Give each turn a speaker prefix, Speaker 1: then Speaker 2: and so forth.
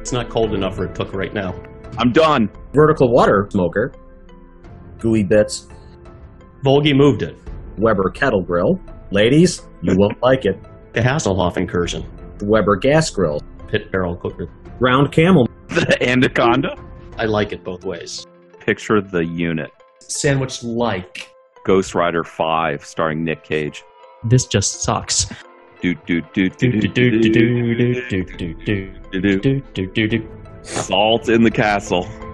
Speaker 1: It's not cold enough for a cook right now.
Speaker 2: I'm done.
Speaker 3: Vertical water smoker, gooey bits,
Speaker 1: Volgi moved it.
Speaker 3: Weber kettle grill. Ladies, you won't like it.
Speaker 1: The Hasselhoff incursion.
Speaker 3: The Weber gas grill,
Speaker 1: Pit barrel cooker.
Speaker 3: round camel,
Speaker 2: The Anaconda.
Speaker 1: I like it both ways.
Speaker 2: Picture the unit.
Speaker 1: Sandwich like.
Speaker 2: Ghost Rider 5 starring Nick Cage.
Speaker 1: This just sucks.
Speaker 2: Do, do, do, do, do, do, do, do, do, do, do.
Speaker 1: Salt
Speaker 2: Salt in the castle.